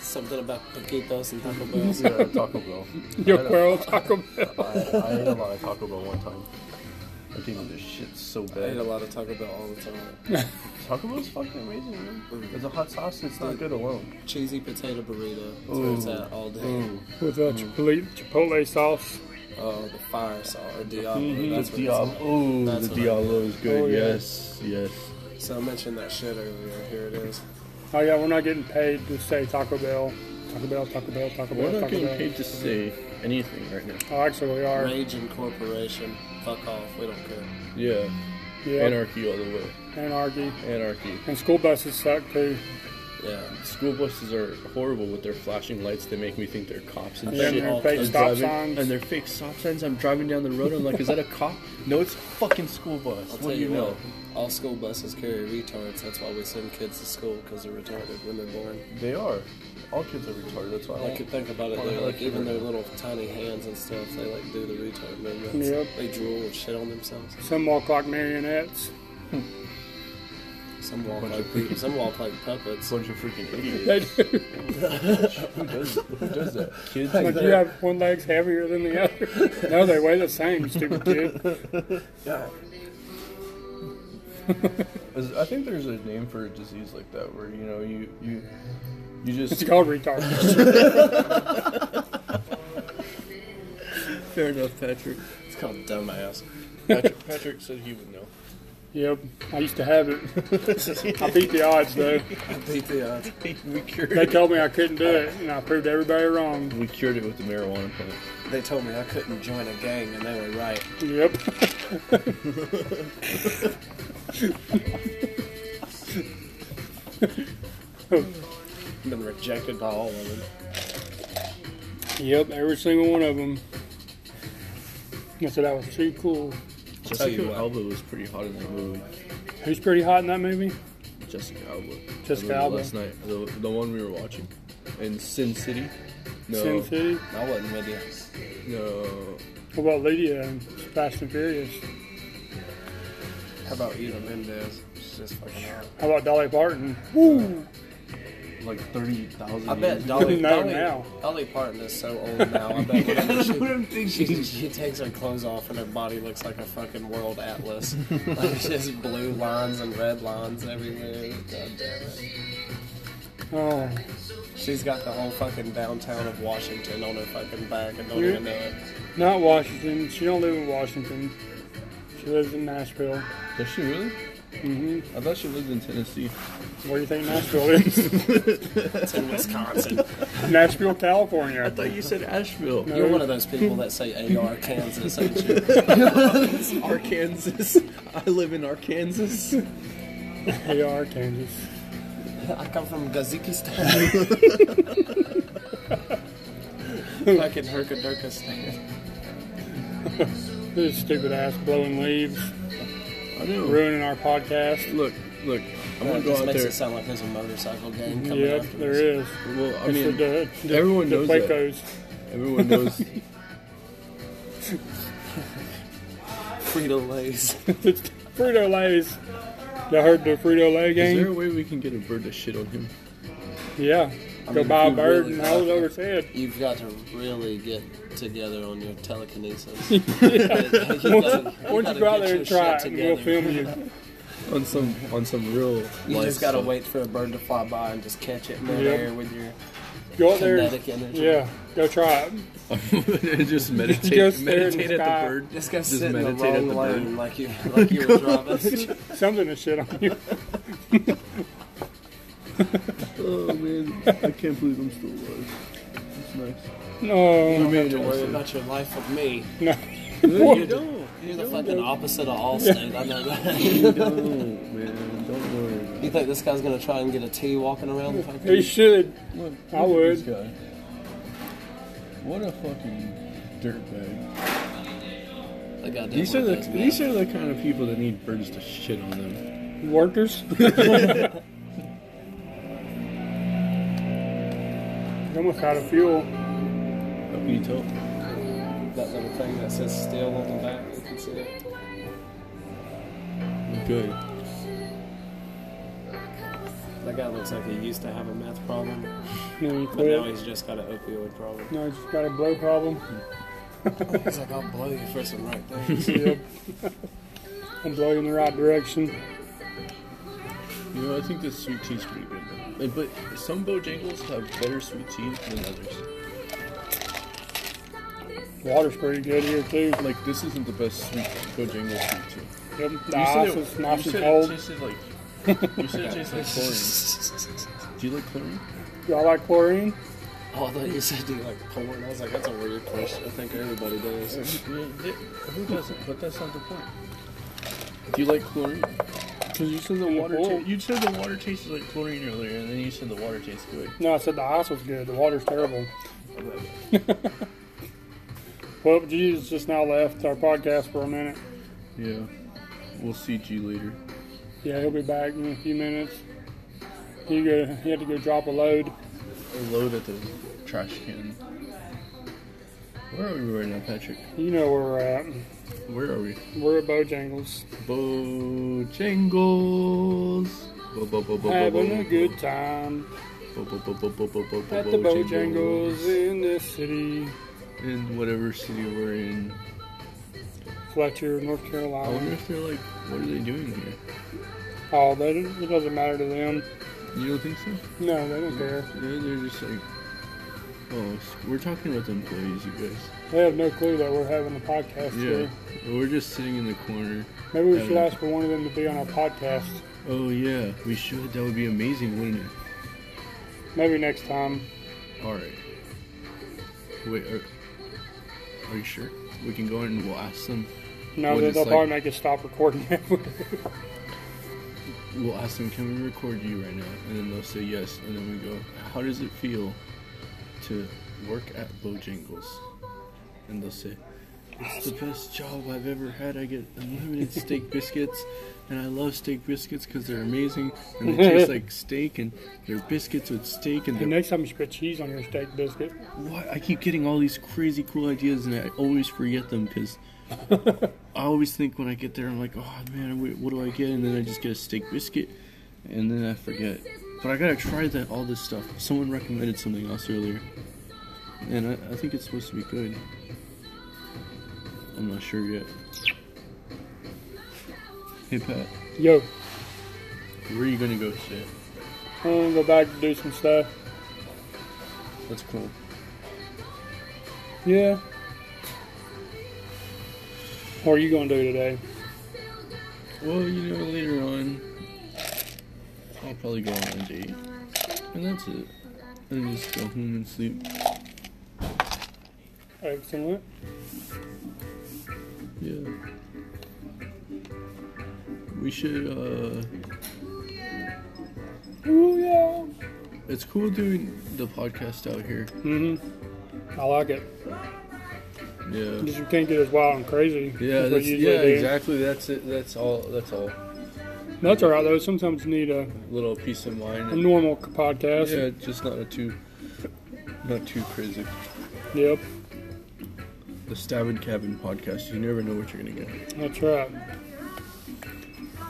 [SPEAKER 3] Something about paquitos and
[SPEAKER 1] <laughs>
[SPEAKER 3] Taco Bells.
[SPEAKER 5] Yeah, Taco Bell.
[SPEAKER 2] Yo, Cuervo Taco Bell.
[SPEAKER 5] I, I ate a lot of Taco Bell one time.
[SPEAKER 1] I think this shit's so
[SPEAKER 3] I ate a
[SPEAKER 1] bad.
[SPEAKER 3] lot of Taco Bell all the time.
[SPEAKER 5] Taco Bell's fucking amazing, man. It's a hot sauce. It's not good alone.
[SPEAKER 3] Cheesy potato burrito. That's where it's at all day.
[SPEAKER 2] With uh, chipotle, chipotle sauce.
[SPEAKER 3] Oh, the fire sauce or Diablo.
[SPEAKER 1] Mm-hmm,
[SPEAKER 3] That's what
[SPEAKER 5] Mm-hmm. Diablo.
[SPEAKER 1] Oh,
[SPEAKER 3] It's
[SPEAKER 1] the
[SPEAKER 3] That's what I-
[SPEAKER 1] Diablo is good.
[SPEAKER 2] Oh, yeah.
[SPEAKER 1] Yes, yes.
[SPEAKER 3] at. So I mentioned that shit earlier. Here it is.
[SPEAKER 2] Oh yeah, we're not getting paid to say Taco Bell. Taco Bell, Taco Bell, Taco Bell,
[SPEAKER 1] We're not
[SPEAKER 2] Taco
[SPEAKER 1] getting
[SPEAKER 2] Bell.
[SPEAKER 1] paid to say anything right now.
[SPEAKER 2] Oh, actually, we are.
[SPEAKER 3] Raging Corporation. Fuck off. We don't care.
[SPEAKER 1] Yeah,
[SPEAKER 2] Yeah,
[SPEAKER 1] anarchy all the way.
[SPEAKER 2] anarchy.
[SPEAKER 1] Anarchy.
[SPEAKER 2] And school buses suck too.
[SPEAKER 3] Yeah.
[SPEAKER 1] School buses are horrible with their flashing lights. They make me think they're cops and
[SPEAKER 2] Yeah,
[SPEAKER 1] shit.
[SPEAKER 2] and their fake
[SPEAKER 3] I'm
[SPEAKER 2] stop
[SPEAKER 1] driving,
[SPEAKER 2] signs.
[SPEAKER 1] And their fake stop signs. I'm driving down the road. I'm like, is that a cop? No, it's a fucking school bus.
[SPEAKER 3] I'll
[SPEAKER 1] what
[SPEAKER 3] tell
[SPEAKER 1] do you
[SPEAKER 3] you
[SPEAKER 1] know?
[SPEAKER 3] what, all school buses carry retards. That's why we send kids to school because they're retarded when they're born.
[SPEAKER 5] They are. All kids are retarded. That's why I
[SPEAKER 3] Like,
[SPEAKER 5] like
[SPEAKER 3] you think about it,
[SPEAKER 5] Well, I
[SPEAKER 3] they like
[SPEAKER 5] like
[SPEAKER 3] even
[SPEAKER 5] your-
[SPEAKER 3] their little tiny hands and stuff. They like do the retard movements.
[SPEAKER 2] Yep.
[SPEAKER 3] They drool and shit on themselves.
[SPEAKER 2] Some walk like marionettes.
[SPEAKER 3] Some walk like pe- some walk like puppets.
[SPEAKER 1] Bunch
[SPEAKER 5] <laughs>
[SPEAKER 1] of freaking idiots.
[SPEAKER 2] They do.
[SPEAKER 5] who does who does that? Kids.
[SPEAKER 2] Like you have one leg's heavier than the other. No, they weigh the same, stupid kid.
[SPEAKER 5] Is- I think there's a name for a disease like that where you know you you you
[SPEAKER 2] It's
[SPEAKER 5] just
[SPEAKER 2] called retard.
[SPEAKER 1] Fair enough, Patrick.
[SPEAKER 3] It's called dumbass.
[SPEAKER 2] <laughs>
[SPEAKER 1] Patrick, Patrick said he would know.
[SPEAKER 2] Yep, I used to have it. I beat the odds though.
[SPEAKER 3] I beat
[SPEAKER 1] <laughs>
[SPEAKER 3] the odds.
[SPEAKER 1] we cured
[SPEAKER 2] They
[SPEAKER 1] it.
[SPEAKER 2] told me I couldn't do it, and I proved everybody wrong.
[SPEAKER 1] We cured it with the marijuana plant.
[SPEAKER 3] They told me I couldn't join a gang, and they were right.
[SPEAKER 2] Yep.
[SPEAKER 3] I've been rejected by all of them.
[SPEAKER 2] Yep, every single one of them. I said that was too cool.
[SPEAKER 3] tell you
[SPEAKER 1] Jessica
[SPEAKER 3] what.
[SPEAKER 1] Alba was pretty hot in that movie.
[SPEAKER 2] Who's pretty hot in that movie?
[SPEAKER 1] Jessica Alba. I
[SPEAKER 2] Jessica
[SPEAKER 1] remember
[SPEAKER 2] Alba.
[SPEAKER 1] Last night, the, the one we were watching, in Sin City. No,
[SPEAKER 2] Sin City.
[SPEAKER 3] I wasn't with you.
[SPEAKER 1] no.
[SPEAKER 2] What about Lydia and Fast and Furious?
[SPEAKER 3] How about Eva Mendez? She's just fucking hot.
[SPEAKER 2] How about Dolly Parton? Woo!
[SPEAKER 5] like thirty thousand.
[SPEAKER 3] I bet
[SPEAKER 1] Mm-hmm.
[SPEAKER 3] Dolly,
[SPEAKER 2] No,
[SPEAKER 3] Dolly,
[SPEAKER 2] now.
[SPEAKER 3] Dolly Parton is so old now. I bet whenever she, she, she takes her clothes off and her body looks like a fucking world atlas. like just blue lines and red lines everywhere. God damn it.
[SPEAKER 2] Oh,
[SPEAKER 3] She's got the whole fucking downtown of Washington on her fucking back and don't
[SPEAKER 2] Yeah.
[SPEAKER 3] even know it.
[SPEAKER 2] not Washington. She don't live in Washington. She lives in Nashville.
[SPEAKER 1] Does she really?
[SPEAKER 2] Mm-hmm.
[SPEAKER 1] I thought she lived in Tennessee.
[SPEAKER 2] Where do you think Nashville is?
[SPEAKER 3] It's in Wisconsin.
[SPEAKER 2] Nashville, California.
[SPEAKER 1] I thought you said Asheville.
[SPEAKER 2] No.
[SPEAKER 3] You're one of those people that say Adar, Kansas, ain't you?
[SPEAKER 1] Arkansas. <laughs> I live in Arkansas. <laughs>
[SPEAKER 2] They are Kansas.
[SPEAKER 3] I come from Kazakhstan. Fucking Herka Durkistan.
[SPEAKER 2] This stupid ass blowing leaves,
[SPEAKER 1] I know.
[SPEAKER 2] ruining our podcast.
[SPEAKER 1] Look, look. I'm
[SPEAKER 3] That
[SPEAKER 1] gonna go
[SPEAKER 3] just
[SPEAKER 1] out
[SPEAKER 3] makes
[SPEAKER 1] there.
[SPEAKER 3] it sound like there's a motorcycle gang coming
[SPEAKER 2] Yep,
[SPEAKER 3] after
[SPEAKER 2] there
[SPEAKER 3] us.
[SPEAKER 2] is.
[SPEAKER 1] Well, I
[SPEAKER 2] It's the,
[SPEAKER 1] mean,
[SPEAKER 2] the, the,
[SPEAKER 1] everyone
[SPEAKER 2] the
[SPEAKER 1] knows that.
[SPEAKER 2] Quakos.
[SPEAKER 1] everyone knows.
[SPEAKER 3] Frito Lay's.
[SPEAKER 2] Frito Lay's. You heard the Frito Lay
[SPEAKER 1] Is there
[SPEAKER 2] game?
[SPEAKER 1] a way we can get a bird to shit on him?
[SPEAKER 2] Yeah.
[SPEAKER 3] I
[SPEAKER 2] Go
[SPEAKER 3] mean,
[SPEAKER 2] buy a
[SPEAKER 3] if you
[SPEAKER 2] bird
[SPEAKER 3] really
[SPEAKER 2] and hold it
[SPEAKER 3] like
[SPEAKER 2] over
[SPEAKER 3] it.
[SPEAKER 2] its head.
[SPEAKER 3] <laughs> You've got to really get together on your
[SPEAKER 2] <laughs>
[SPEAKER 3] telekinesis. You gotta-
[SPEAKER 2] Why
[SPEAKER 3] you
[SPEAKER 2] don't
[SPEAKER 3] gotta
[SPEAKER 2] you go out
[SPEAKER 3] get
[SPEAKER 2] there
[SPEAKER 3] your
[SPEAKER 2] and try it
[SPEAKER 3] shit
[SPEAKER 2] and we'll
[SPEAKER 3] together.
[SPEAKER 2] film you.
[SPEAKER 1] On some, on some real.
[SPEAKER 3] You
[SPEAKER 1] life
[SPEAKER 3] just gotta
[SPEAKER 1] stuff.
[SPEAKER 3] wait for a bird to fly by and just catch it midair with your
[SPEAKER 2] Go out there.
[SPEAKER 3] kinetic energy.
[SPEAKER 2] Yeah, go try it.
[SPEAKER 1] <laughs> just meditate,
[SPEAKER 2] Just stare in the
[SPEAKER 1] meditate at
[SPEAKER 2] sky.
[SPEAKER 1] the bird.
[SPEAKER 3] Just go
[SPEAKER 1] Just
[SPEAKER 3] sit in the
[SPEAKER 1] meditate at
[SPEAKER 3] wrong
[SPEAKER 1] the
[SPEAKER 3] lane like you like you
[SPEAKER 2] <laughs>
[SPEAKER 3] were driving.
[SPEAKER 2] Something to shit on
[SPEAKER 3] <laughs>
[SPEAKER 2] you.
[SPEAKER 1] Oh man, I can't believe I'm still alive. It's nice.
[SPEAKER 2] No.
[SPEAKER 3] don't have to worry about your life with me.
[SPEAKER 2] No.
[SPEAKER 1] You don't,
[SPEAKER 3] You're the fucking opposite of Allstate. I know that. <laughs>
[SPEAKER 1] you don't, man. Don't worry.
[SPEAKER 3] you think this guy's gonna try and get a T walking around the fucking?
[SPEAKER 2] He should.
[SPEAKER 1] Look, look
[SPEAKER 2] I
[SPEAKER 1] at
[SPEAKER 2] would.
[SPEAKER 1] This guy. What a fucking dirtbag.
[SPEAKER 3] That guy
[SPEAKER 1] These are
[SPEAKER 3] definitely
[SPEAKER 1] the
[SPEAKER 3] does
[SPEAKER 1] these
[SPEAKER 3] that.
[SPEAKER 1] are the kind of people that need birds to shit on them.
[SPEAKER 3] <laughs>
[SPEAKER 2] Workers. Almost out of fuel.
[SPEAKER 1] How can you tell?
[SPEAKER 3] that little thing that says "still" on the back. You can see it.
[SPEAKER 1] Good.
[SPEAKER 3] That guy looks like he used to have a meth problem,
[SPEAKER 2] No, he
[SPEAKER 3] but now
[SPEAKER 2] quit.
[SPEAKER 3] he's just got an opioid problem.
[SPEAKER 2] No, he's just got a blow problem.
[SPEAKER 3] <laughs> He's like, I'll blow you for some right <laughs> things.
[SPEAKER 2] Yep. I'm blowing in the right direction.
[SPEAKER 1] You know, I think this sweet tea's pretty good. And- But some Bojangles have better sweet tea than others.
[SPEAKER 2] Water's pretty good here too.
[SPEAKER 1] Like this isn't the best sweet Bojangles sweet tea.
[SPEAKER 2] Yep. The
[SPEAKER 1] You said
[SPEAKER 2] ice
[SPEAKER 1] it-
[SPEAKER 2] is nice
[SPEAKER 1] you
[SPEAKER 2] and
[SPEAKER 1] said It
[SPEAKER 2] cold.
[SPEAKER 1] tasted like, <laughs> you said it tasted like chlorine. Do you like chlorine?
[SPEAKER 2] Y'all like chlorine?
[SPEAKER 3] oh, I thought you said do you like porn. I was like, that's a weird question. I think everybody does.
[SPEAKER 1] Yeah, who doesn't? But that's not the point. Do you like chlorine? Because you said the
[SPEAKER 2] the
[SPEAKER 1] water.
[SPEAKER 2] bowl.
[SPEAKER 1] Ta- you said the water tasted like chlorine earlier, and then you said the water tastes good.
[SPEAKER 2] No, I said the ice was good. The water's terrible. well, Jesus just now left our podcast for a minute.
[SPEAKER 1] Yeah. We'll see G later.
[SPEAKER 2] Yeah, he'll be back in a few minutes. He go. He had to go drop a load.
[SPEAKER 1] A load at the trash can. Where are we right now, Patrick?
[SPEAKER 2] You know where we're at.
[SPEAKER 1] Where are we?
[SPEAKER 2] We're at Bojangles,
[SPEAKER 1] Bojangles. Bo- bo- bo- bo-
[SPEAKER 2] having
[SPEAKER 1] bo-
[SPEAKER 2] a good time
[SPEAKER 1] bo- bo- bo- bo- bo- bo- bo- bo-
[SPEAKER 2] at the
[SPEAKER 1] Bojangles.
[SPEAKER 2] Bojangles in this city,
[SPEAKER 1] In whatever city we're in.
[SPEAKER 2] Fletcher, North
[SPEAKER 1] I
[SPEAKER 2] Carolina.
[SPEAKER 1] wonder if they're like, what are they doing here?
[SPEAKER 2] Oh, they don't, it doesn't matter to them.
[SPEAKER 1] You don't think so?
[SPEAKER 2] No, they don't care.
[SPEAKER 1] They're, they're just like, oh, s- we're talking about the employees, you guys.
[SPEAKER 2] They have no clue that we're having a podcast
[SPEAKER 1] Yeah.
[SPEAKER 2] here.
[SPEAKER 1] We're just sitting in the corner.
[SPEAKER 2] Maybe we
[SPEAKER 1] Yeah.
[SPEAKER 2] should ask for one of them to be on our podcast.
[SPEAKER 1] Oh, yeah, we should. That would be amazing, wouldn't it?
[SPEAKER 2] Maybe next time.
[SPEAKER 1] Alright. Wait, are, are you sure? We can go in and we'll ask them.
[SPEAKER 2] No,
[SPEAKER 1] What
[SPEAKER 2] they'll,
[SPEAKER 1] it's
[SPEAKER 2] they'll probably
[SPEAKER 1] like-
[SPEAKER 2] make us stop recording.
[SPEAKER 1] <laughs> We'll ask them, can we record you right now? And then they'll say yes. And then we go, how does it feel to work at Bojangles? And they'll say, it's the best job I've ever had. I get unlimited steak biscuits. And I love steak biscuits because they're amazing. And they taste like steak. And they're biscuits with steak. And
[SPEAKER 2] the
[SPEAKER 1] they're
[SPEAKER 2] next time you should put cheese on your steak biscuit.
[SPEAKER 1] Why I keep getting all these crazy cool ideas and I always forget them because I always think when I get there I'm like, oh man, wait, what do I get? And then I just get a steak biscuit, and then I forget. But I gotta try that all this stuff. Someone recommended something else earlier, and I, I think it's supposed to be good. I'm not sure yet. Hey Pat,
[SPEAKER 2] Yo,
[SPEAKER 1] where are you gonna go today?
[SPEAKER 2] I'm gonna go back and do some stuff.
[SPEAKER 1] That's cool.
[SPEAKER 2] Yeah. What are you gonna do today?
[SPEAKER 1] Well, you know, later on, I'll probably go on a date, and that's it. And just go home and sleep.
[SPEAKER 2] Everything went?
[SPEAKER 1] Yeah. We should. uh... It's cool doing the podcast out here.
[SPEAKER 2] Mm-hmm. I like it.
[SPEAKER 1] Yeah.
[SPEAKER 2] Just you can't get as wild and crazy.
[SPEAKER 1] Yeah,
[SPEAKER 2] as we
[SPEAKER 1] that's,
[SPEAKER 2] usually
[SPEAKER 1] yeah,
[SPEAKER 2] do.
[SPEAKER 1] exactly. That's it. That's all. That's all.
[SPEAKER 2] That's all right though. Sometimes you need a,
[SPEAKER 1] Little peace of
[SPEAKER 2] a
[SPEAKER 1] mind.
[SPEAKER 2] normal c- podcast.
[SPEAKER 1] Yeah, just not a too, not too crazy.
[SPEAKER 2] Yep,
[SPEAKER 1] The Stab and Cabin podcast. You never know what you're gonna get.
[SPEAKER 2] that's right.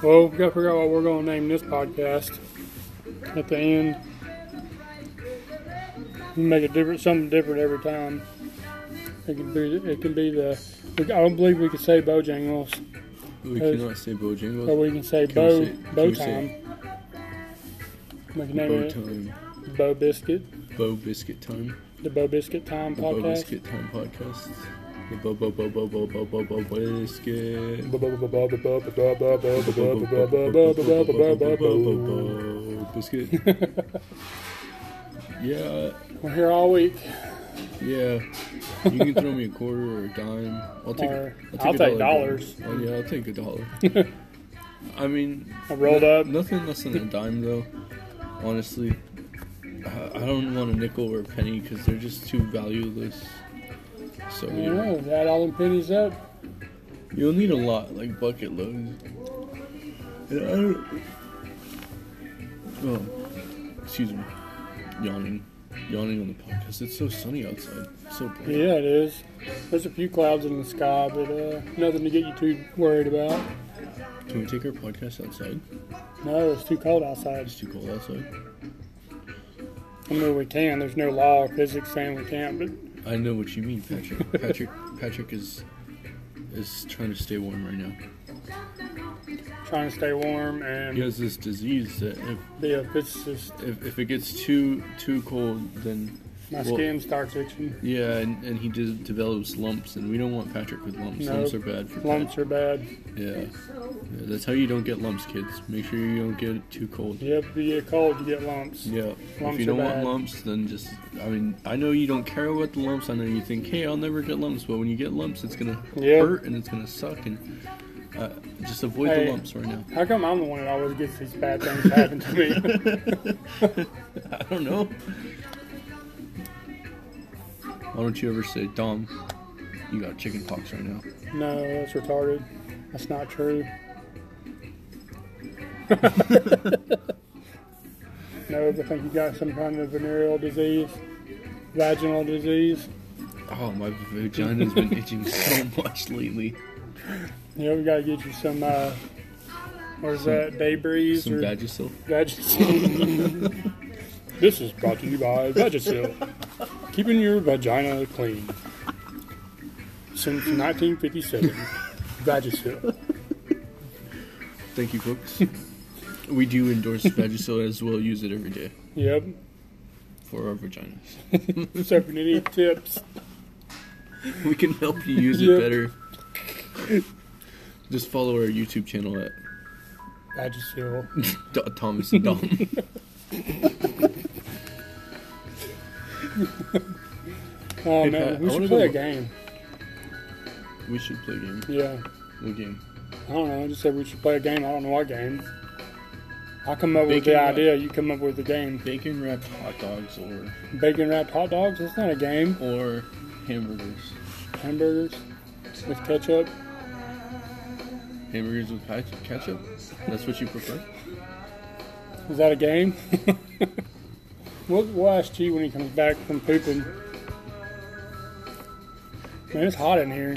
[SPEAKER 2] Well, we gotta figure out what we're gonna name this podcast at the end. We Make a different, something different every time. It can be, it can be the. I don't believe we could say Bojangles,
[SPEAKER 1] We
[SPEAKER 2] Uh,
[SPEAKER 1] cannot say Bojangles.
[SPEAKER 2] but we can say
[SPEAKER 1] Can we
[SPEAKER 2] Bo
[SPEAKER 1] say- can
[SPEAKER 2] Bow
[SPEAKER 1] we say-
[SPEAKER 2] Time. We can name
[SPEAKER 1] Bow
[SPEAKER 2] it
[SPEAKER 1] time.
[SPEAKER 2] Bo Biscuit,
[SPEAKER 1] Bo biscuit time.
[SPEAKER 2] the Bo Biscuit Time
[SPEAKER 1] The Bo
[SPEAKER 2] podcast.
[SPEAKER 1] biscuit time podcast. The bo bo bo bo bo bo bo bo biscuit.
[SPEAKER 2] Bo- bo- bo- bo- bo- bo- bo- bo- bo- bo-
[SPEAKER 1] Bo-
[SPEAKER 2] bo-
[SPEAKER 1] bo- bo-
[SPEAKER 2] bo-
[SPEAKER 1] bo- bo-
[SPEAKER 2] bo- bo-
[SPEAKER 1] bo- bo- bo-
[SPEAKER 2] bo- bo- bo-
[SPEAKER 1] bo-
[SPEAKER 2] bo-
[SPEAKER 1] bo-
[SPEAKER 2] bo-
[SPEAKER 1] bo-
[SPEAKER 2] <laughs>
[SPEAKER 1] biscuit. yeah,
[SPEAKER 2] We're here all week.
[SPEAKER 1] yeah. You can throw me a quarter or a dime. I'll take.
[SPEAKER 2] Or-
[SPEAKER 1] a,
[SPEAKER 2] I'll
[SPEAKER 1] a dollar.
[SPEAKER 2] take dollars.
[SPEAKER 1] Oh, yeah, I'll take a
[SPEAKER 2] <laughs>
[SPEAKER 1] dollar. I mean,
[SPEAKER 2] I
[SPEAKER 1] <laughs>
[SPEAKER 2] rolled up.
[SPEAKER 1] Nothing less than a dime, though. Honestly, I I don't want a nickel or a penny because they're just too valueless. So
[SPEAKER 2] You
[SPEAKER 1] you
[SPEAKER 2] know, add all them pennies up.
[SPEAKER 1] will need a lot, like bucket loads. And I don't. Oh, excuse me, yawning, yawning on the podcast. It's so sunny outside, so bright.
[SPEAKER 2] Yeah, it is. There's a few clouds in the sky, but uh, nothing to get you too worried about.
[SPEAKER 1] Can we take our podcast outside?
[SPEAKER 2] No, it's too cold outside.
[SPEAKER 1] It's too cold outside.
[SPEAKER 2] I mean, we can. There's no law or physics saying we can't, but
[SPEAKER 1] I know what you mean, Patrick. Patrick, Patrick is is trying to stay warm right now.
[SPEAKER 2] trying to stay warm and
[SPEAKER 1] He has this disease that if,
[SPEAKER 2] be a physicist.
[SPEAKER 1] if, if it gets too too cold, then
[SPEAKER 2] My
[SPEAKER 1] Well-
[SPEAKER 2] skin starts itching.
[SPEAKER 1] yeah, and, and he de- develops lumps, and we don't want Patrick with lumps.
[SPEAKER 2] No.
[SPEAKER 1] Lumps are bad for
[SPEAKER 2] Lumps are bad.
[SPEAKER 1] Pat. Yeah. yeah, that's how you don't get lumps, kids. Make sure you don't get it too cold.
[SPEAKER 2] Yep, if you get cold, you get lumps.
[SPEAKER 1] Yeah, if
[SPEAKER 2] Lumps
[SPEAKER 1] you
[SPEAKER 2] are
[SPEAKER 1] don't want
[SPEAKER 2] bad.
[SPEAKER 1] lumps, then just I mean I know you don't care about the lumps. I know you think, hey, I'll never get lumps, but when you get lumps, it's gonna
[SPEAKER 2] Yeah.
[SPEAKER 1] hurt and it's gonna suck, and uh, just avoid
[SPEAKER 2] Hey.
[SPEAKER 1] the lumps right now. <laughs>
[SPEAKER 2] How come I'm the one that always gets these bad things happen to me? <laughs>
[SPEAKER 1] I don't know. Why don't you ever say, Dom, you got chicken pox right now?
[SPEAKER 2] No, that's retarded. That's not true. no, I think you got some kind of venereal disease, vaginal disease.
[SPEAKER 1] Oh, my vagina's
[SPEAKER 3] <laughs>
[SPEAKER 1] been itching so much lately.
[SPEAKER 2] You know, we gotta get you some. Uh, what is that? Day breeze
[SPEAKER 1] Some
[SPEAKER 2] or
[SPEAKER 1] Vagisil.
[SPEAKER 2] Vagisil. <laughs> this is brought to you by Vagisil, keeping your vagina clean since 1957. Vagisil.
[SPEAKER 1] Thank you,
[SPEAKER 2] <laughs>
[SPEAKER 1] folks. we do endorse Vagisil as well. Use it every day
[SPEAKER 2] Yep.
[SPEAKER 1] for our vaginas.
[SPEAKER 2] So if you need any tips,
[SPEAKER 1] <laughs> We can help you use it
[SPEAKER 2] Yep.
[SPEAKER 1] better. Just follow our YouTube channel at
[SPEAKER 2] Vagisil.
[SPEAKER 1] D- Thomas and
[SPEAKER 2] <laughs>
[SPEAKER 1] Dom. <laughs>
[SPEAKER 2] Oh
[SPEAKER 1] Hey,
[SPEAKER 2] man,
[SPEAKER 1] Pat,
[SPEAKER 2] we
[SPEAKER 1] I wanna
[SPEAKER 2] should play a
[SPEAKER 1] go-
[SPEAKER 2] game.
[SPEAKER 1] we should play a game.
[SPEAKER 2] Yeah,
[SPEAKER 1] What game?
[SPEAKER 2] I don't know. I just said we should play a game. I don't know what game. I come up with
[SPEAKER 1] Bacon
[SPEAKER 2] the
[SPEAKER 1] wrap.
[SPEAKER 2] idea. You come up with the game.
[SPEAKER 1] Bacon wrapped hot dogs or
[SPEAKER 2] Bacon wrapped hot dogs. That's not a game.
[SPEAKER 1] or hamburgers.
[SPEAKER 2] Hamburgers with ketchup.
[SPEAKER 1] Hamburgers with pat- ketchup? That's what you prefer?
[SPEAKER 2] Is that a game? <laughs> we'll, we'll ask G when he comes back from pooping. Man, it's hot in here.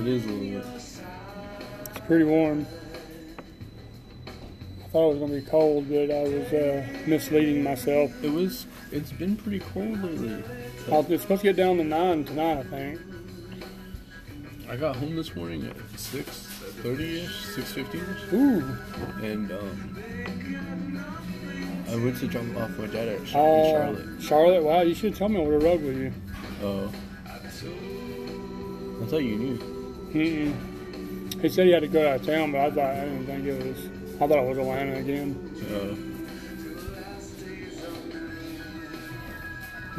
[SPEAKER 1] It is a little bit.
[SPEAKER 2] It's pretty warm. I thought it was gonna be cold, but I was uh, misleading myself.
[SPEAKER 1] It was. It's been pretty cold lately.
[SPEAKER 2] I was- It's supposed to get down to nine tonight, I think.
[SPEAKER 1] I got home this morning at six thirty ish, six fifty ish,
[SPEAKER 2] Ooh.
[SPEAKER 1] and um, I went to drop off my dad at Sh-
[SPEAKER 2] Oh,
[SPEAKER 1] in Charlotte.
[SPEAKER 2] Charlotte, wow, you should tell me I would have rode with you.
[SPEAKER 1] Oh, I thought you knew.
[SPEAKER 2] Mm-mm. He said he had to go out of town, but I thought I didn't think it was. I thought it was Atlanta again.
[SPEAKER 1] Oh.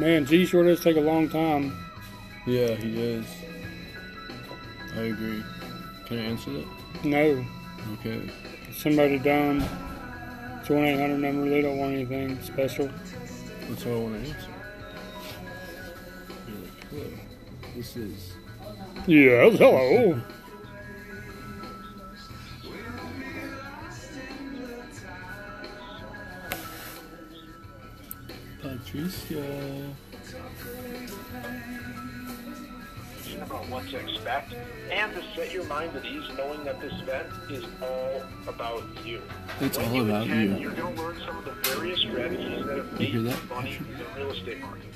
[SPEAKER 6] Uh,
[SPEAKER 2] Man, G sure does take a long time.
[SPEAKER 6] yeah, he does. I agree. Can I answer that?
[SPEAKER 2] No,
[SPEAKER 6] Okay.
[SPEAKER 2] somebody done. It's one eight hundred number. They don't want anything special.
[SPEAKER 6] That's all I want to answer. You're like, "Hello, This is.
[SPEAKER 2] Yes, hello.
[SPEAKER 6] Patricia.
[SPEAKER 7] about what to expect and to set your mind at ease knowing that this event is all about you.
[SPEAKER 6] It's
[SPEAKER 7] When
[SPEAKER 6] all
[SPEAKER 7] you
[SPEAKER 6] about
[SPEAKER 7] attend,
[SPEAKER 6] you.
[SPEAKER 7] You're going to learn some of the various strategies that have
[SPEAKER 6] You hear
[SPEAKER 7] made
[SPEAKER 6] that,
[SPEAKER 7] money
[SPEAKER 6] Patrick?
[SPEAKER 7] in the real estate market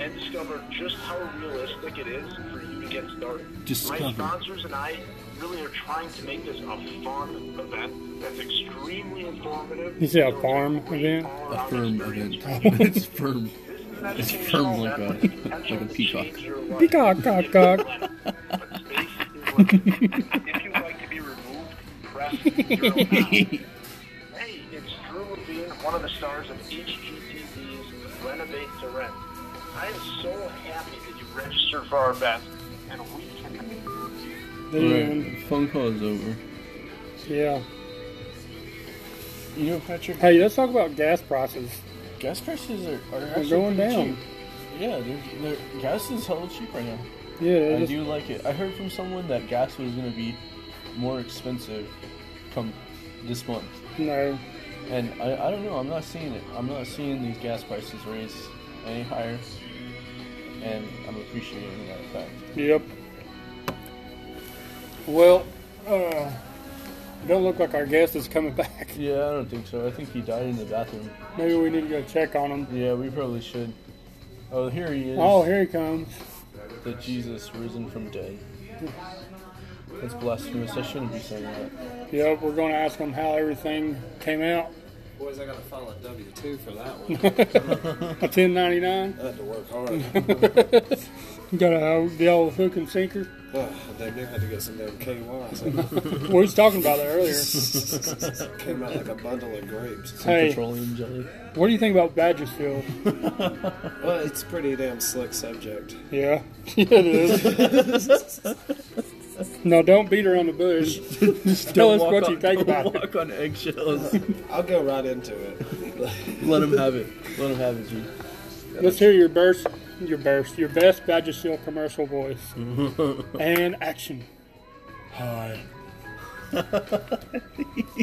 [SPEAKER 7] and discover just how realistic it is for you to get started.
[SPEAKER 6] Discover.
[SPEAKER 7] My sponsors and I really are trying to make this a fun event that's extremely informative.
[SPEAKER 2] You say a
[SPEAKER 7] So it's
[SPEAKER 2] farm
[SPEAKER 7] great
[SPEAKER 2] event?
[SPEAKER 6] A
[SPEAKER 7] all-around
[SPEAKER 6] firm
[SPEAKER 7] experience.
[SPEAKER 2] <laughs>
[SPEAKER 6] event. it's firm.
[SPEAKER 7] This
[SPEAKER 6] It's
[SPEAKER 7] is an educational
[SPEAKER 6] firm like
[SPEAKER 7] event
[SPEAKER 6] a- like
[SPEAKER 7] with
[SPEAKER 6] a
[SPEAKER 7] potential to
[SPEAKER 6] peacock.
[SPEAKER 7] change your life.
[SPEAKER 2] Peacock, cock, cock.
[SPEAKER 7] But space is limited. if you'd like to be removed, press zero now. Hey, it's Drew Levine, one of the stars of HGTV's Renovate to Rent. I am so happy that you registered for our event, and we can
[SPEAKER 2] Then,
[SPEAKER 6] Alright, phone call is over.
[SPEAKER 2] yeah.
[SPEAKER 1] You know, Patrick,
[SPEAKER 2] Hey, let's talk about gas prices.
[SPEAKER 1] gas prices are, are
[SPEAKER 2] They're
[SPEAKER 1] actually
[SPEAKER 2] going
[SPEAKER 1] pretty
[SPEAKER 2] down.
[SPEAKER 1] cheap. Yeah, they're, they're, gas is hella cheap right now.
[SPEAKER 2] Yeah, they're
[SPEAKER 1] I
[SPEAKER 2] just-
[SPEAKER 1] do like it. I heard from someone that gas was going to be more expensive come this month.
[SPEAKER 2] no.
[SPEAKER 1] And I, I don't know, I'm not seeing it. I'm not seeing these gas prices raise any higher. And I'm appreciating that fact.
[SPEAKER 2] Yep. Well, uh, don't look like our guest is coming <laughs> back.
[SPEAKER 1] Yeah, I don't think so. I think he died in the bathroom.
[SPEAKER 2] Maybe we need to go check on him.
[SPEAKER 1] Yeah, we probably should. Oh, here he is.
[SPEAKER 2] Oh, here he comes.
[SPEAKER 1] The Jesus risen from dead. That's blasphemous. I shouldn't be saying that.
[SPEAKER 2] Yep, we're going to ask him how everything came out.
[SPEAKER 3] Boys, I got to file a W two for that one.
[SPEAKER 2] A 1099.
[SPEAKER 3] I had to
[SPEAKER 1] <laughs>
[SPEAKER 3] work hard.
[SPEAKER 2] Got a uh, the old hook and sinker.
[SPEAKER 3] Ugh, I damn near had to get some damn KY. So
[SPEAKER 2] We was talking about that earlier.
[SPEAKER 3] <laughs> it came out like a bundle of grapes.
[SPEAKER 1] Some
[SPEAKER 2] Hey.
[SPEAKER 1] petroleum jelly.
[SPEAKER 2] What do you think about Badgersfield?
[SPEAKER 3] Well, it's a pretty damn slick subject.
[SPEAKER 2] Yeah, <laughs> yeah it is. no, don't beat around the bush. Just tell
[SPEAKER 1] Don't
[SPEAKER 2] us
[SPEAKER 1] walk
[SPEAKER 2] what
[SPEAKER 1] on-
[SPEAKER 2] you think
[SPEAKER 1] don't
[SPEAKER 2] about it.
[SPEAKER 1] walk on eggshells.
[SPEAKER 3] I'll go right into it.
[SPEAKER 1] Let him have it. Let him have it, G.
[SPEAKER 2] Let's hear your burst, your burst, your best Badgerseal commercial voice and action.
[SPEAKER 8] Hi. Is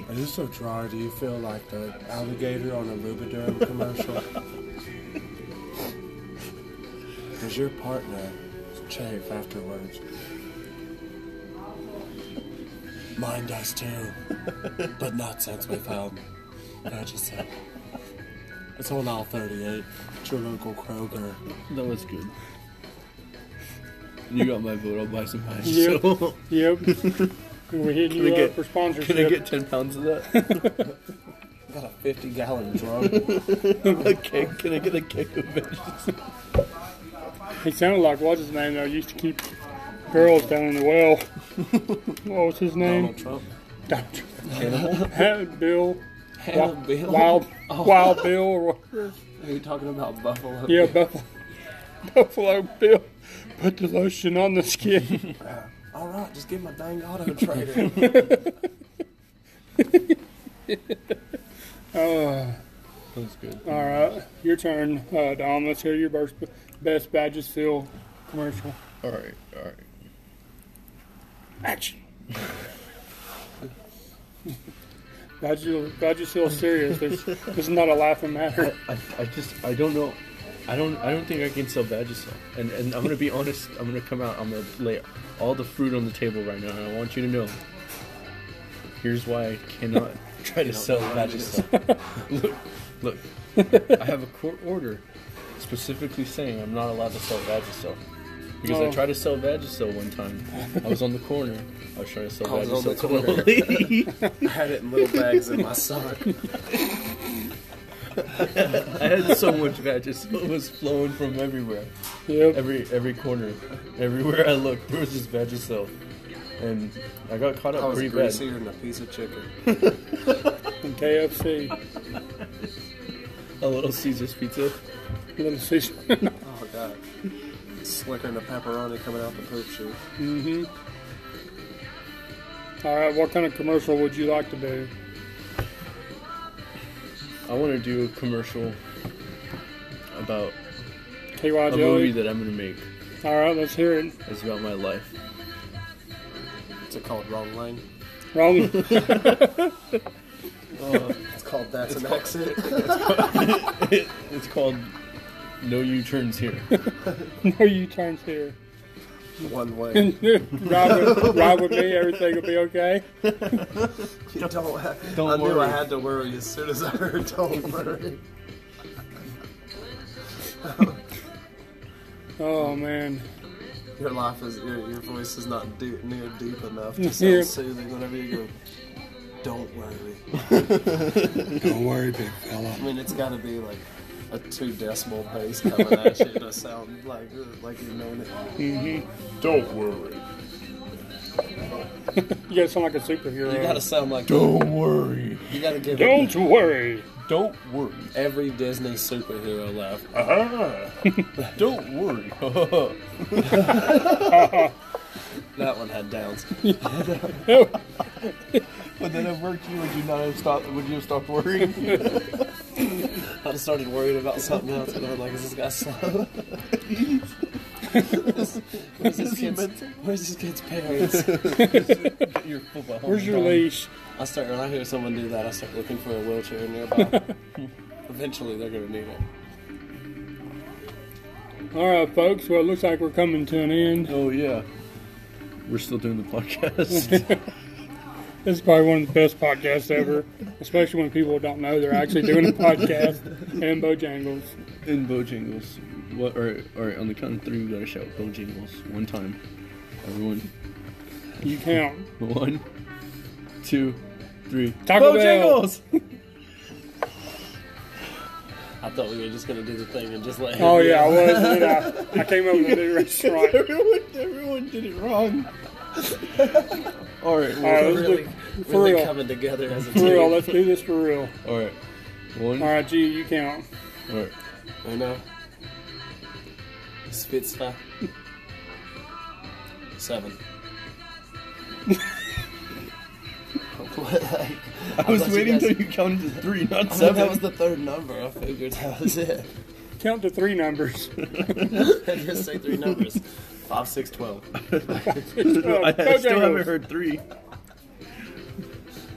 [SPEAKER 8] this so dry? Do you feel like the alligator on a Lubiderm commercial? Does your partner chafe afterwards? Mine does too, but not since we found Magic. It's on aisle 38 at your local Kroger.
[SPEAKER 6] That was good. You got my vote. I'll buy some hash.
[SPEAKER 1] <laughs>
[SPEAKER 2] Yep.
[SPEAKER 6] So,
[SPEAKER 2] Yep. We're hitting you
[SPEAKER 1] I
[SPEAKER 2] up
[SPEAKER 1] get-
[SPEAKER 2] for
[SPEAKER 1] Can
[SPEAKER 2] sponsorship.
[SPEAKER 1] I get 10 pounds of that? <laughs>
[SPEAKER 3] Got a 50 gallon drum.
[SPEAKER 1] a cake? Can I get a cake of veggies?
[SPEAKER 2] He sounded like what's his name though. Used to keep girls down in
[SPEAKER 1] <laughs>
[SPEAKER 2] the well. what was his name?
[SPEAKER 3] Donald Trump.
[SPEAKER 2] Doctor <laughs> Bill.
[SPEAKER 3] Hannibal
[SPEAKER 1] <laughs>
[SPEAKER 3] Bill.
[SPEAKER 2] Wild
[SPEAKER 8] Oh.
[SPEAKER 1] Oh.
[SPEAKER 2] Wild Bill. Or, what-
[SPEAKER 3] Are you talking about Buffalo?
[SPEAKER 1] <laughs>
[SPEAKER 2] yeah, Buffalo, Buffalo Bill. Put the lotion on the skin.
[SPEAKER 3] All right, just give my dang auto trader.
[SPEAKER 1] That was good.
[SPEAKER 2] All right, your turn, uh, Dom. Let's hear your best, best badges fill commercial.
[SPEAKER 6] alright, alright.
[SPEAKER 2] <laughs> Action. Badger, Badger still serious. There's, there's not a laughing matter.
[SPEAKER 1] I, I just I don't know. I don't I don't think I can sell Vagisil. And and I'm gonna be honest. I'm gonna come out. I'm gonna lay all the fruit on the table right now. And I want you to know. Here's why I
[SPEAKER 3] <laughs>
[SPEAKER 1] cannot <laughs> try to sell Vagisil. <laughs> look, look. I have a court order specifically saying I'm not allowed to sell Vagisil. Because I
[SPEAKER 2] Oh.
[SPEAKER 1] tried to sell Vagisil one time. I was on the corner. I was trying to sell
[SPEAKER 3] I was on
[SPEAKER 1] Vagisil
[SPEAKER 3] the corner.
[SPEAKER 1] cannoli.
[SPEAKER 3] <laughs> I had it in little bags in my sock.
[SPEAKER 1] <laughs>
[SPEAKER 3] <laughs>
[SPEAKER 1] I had so much Vagisil. It was flowing from everywhere.
[SPEAKER 2] Yep.
[SPEAKER 1] <laughs> Every every corner, everywhere I looked, there was this Vagisil. and I got caught
[SPEAKER 3] I
[SPEAKER 1] up
[SPEAKER 3] was
[SPEAKER 1] pretty bad.
[SPEAKER 3] greasier than a piece of chicken.
[SPEAKER 2] From KFC.
[SPEAKER 1] A little Caesar's pizza.
[SPEAKER 2] Little fish.
[SPEAKER 3] Oh god. Slicker than a pepperoni coming out the poop chute.
[SPEAKER 2] <laughs> All right, what kind of commercial would you like to do?
[SPEAKER 1] I want to do a commercial about
[SPEAKER 2] KY
[SPEAKER 1] a movie
[SPEAKER 2] Jelly?
[SPEAKER 1] that I'm gonna make.
[SPEAKER 2] All right, let's hear it.
[SPEAKER 1] It's about my life. <laughs>
[SPEAKER 3] It's called wrong lane.
[SPEAKER 2] Wrong.
[SPEAKER 3] It's called that's an exit. <laughs>
[SPEAKER 1] It's called No U Turns Here.
[SPEAKER 2] <laughs> no U turns here.
[SPEAKER 3] One way.
[SPEAKER 2] <laughs> ride, with, ride with me, everything will be okay.
[SPEAKER 3] <laughs> You don't. ha- I knew I had to worry as soon as I heard "Don't worry."
[SPEAKER 2] Oh, man.
[SPEAKER 3] Your life is your, your voice is not deep, near deep enough to sound
[SPEAKER 2] Yeah.
[SPEAKER 3] soothing whenever you go. Don't worry.
[SPEAKER 9] Don't worry, big fella.
[SPEAKER 3] I mean, it's got to be like a two decimal bass coming at you to sound like like you know it.
[SPEAKER 10] Don't worry.
[SPEAKER 2] You gotta sound like a superhero.
[SPEAKER 3] You got to sound like
[SPEAKER 10] Don't worry.
[SPEAKER 3] you got to give
[SPEAKER 2] Don't worry. <laughs>
[SPEAKER 10] Don't worry.
[SPEAKER 3] every Disney superhero laugh.
[SPEAKER 10] Ah, don't
[SPEAKER 1] <laughs>
[SPEAKER 10] worry.
[SPEAKER 3] That one had downs.
[SPEAKER 10] Would that have worked? You would you not have stopped? Would you have stopped worrying?
[SPEAKER 1] <laughs>
[SPEAKER 3] I started worrying about something else, and I was like, "Is this guy slow? where's, <laughs> this kid's, where's this kid's parents?"
[SPEAKER 1] Your football.
[SPEAKER 2] Where's your leash?
[SPEAKER 3] I start when I hear someone do that, I start looking for a
[SPEAKER 2] <laughs>
[SPEAKER 3] wheelchair nearby. Eventually, they're gonna need it.
[SPEAKER 2] All right, folks. Well, it looks like we're coming to an end.
[SPEAKER 1] Oh yeah. We're still doing the
[SPEAKER 10] <laughs>
[SPEAKER 1] podcast.
[SPEAKER 2] This is probably one of the best podcasts ever, especially when people don't know they're actually doing a podcast and Bojangles.
[SPEAKER 1] In Bojangles. What or or on the count of three we gotta shout Bojangles one time. Everyone. <laughs>
[SPEAKER 2] You count.
[SPEAKER 1] One, two, three.
[SPEAKER 2] Taco Bell. <laughs>
[SPEAKER 1] Bojangles! <laughs>
[SPEAKER 3] I thought we were just gonna do the thing and just let him.
[SPEAKER 2] Oh
[SPEAKER 3] do it.
[SPEAKER 2] yeah, I was. dude. I, I came over to the new
[SPEAKER 1] <laughs>
[SPEAKER 2] restaurant.
[SPEAKER 1] everyone everyone did it wrong. <laughs> Alright,
[SPEAKER 2] All right,
[SPEAKER 3] We're
[SPEAKER 2] let's
[SPEAKER 3] really,
[SPEAKER 2] do, for
[SPEAKER 3] really
[SPEAKER 2] real.
[SPEAKER 3] coming together as a
[SPEAKER 2] For real.
[SPEAKER 3] team.
[SPEAKER 2] Let's do this for real.
[SPEAKER 1] alright. One
[SPEAKER 2] All right, G, you count.
[SPEAKER 1] alright.
[SPEAKER 3] I know. Spitzer. <laughs> Seven. what? I,
[SPEAKER 1] I was
[SPEAKER 3] thought you
[SPEAKER 1] waiting
[SPEAKER 3] guys-
[SPEAKER 1] till
[SPEAKER 3] <laughs>
[SPEAKER 1] you counted to three, not
[SPEAKER 3] So that
[SPEAKER 1] seven.
[SPEAKER 3] was the third number. I figured that was it. <laughs>
[SPEAKER 2] Count to three numbers.
[SPEAKER 3] I just say three numbers. Five, six, twelve.
[SPEAKER 1] <laughs> I, I still haven't
[SPEAKER 2] Bojangles.
[SPEAKER 1] heard three.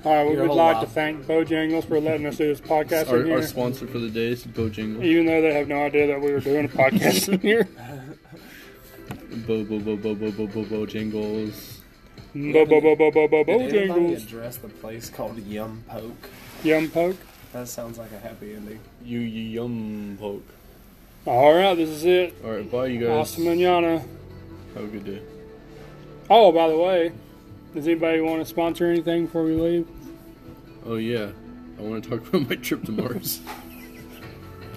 [SPEAKER 2] All right, we
[SPEAKER 3] Your
[SPEAKER 2] would
[SPEAKER 3] whole
[SPEAKER 2] like
[SPEAKER 3] life.
[SPEAKER 2] to thank Bojangles for letting us do this podcast in
[SPEAKER 1] Our,
[SPEAKER 2] here,
[SPEAKER 1] our sponsor for the day is Bojangles.
[SPEAKER 2] even though they have no idea that we were doing a podcast in here.
[SPEAKER 1] Bo bo bo bo bo bo bo bo jingles.
[SPEAKER 2] Bo bo bo bo bo bo
[SPEAKER 3] Did anybody
[SPEAKER 2] Bojangles.
[SPEAKER 3] address the place called Yum Poke?
[SPEAKER 2] Yum poke.
[SPEAKER 3] That sounds like a happy ending.
[SPEAKER 1] You you yum poke.
[SPEAKER 2] All right, this is it.
[SPEAKER 1] All right, bye you guys.
[SPEAKER 2] Hasta mañana.
[SPEAKER 1] Have a good day.
[SPEAKER 2] Oh, by the way, does anybody want to sponsor anything before we leave?
[SPEAKER 1] <laughs> Oh yeah, I want to talk about my trip to Mars.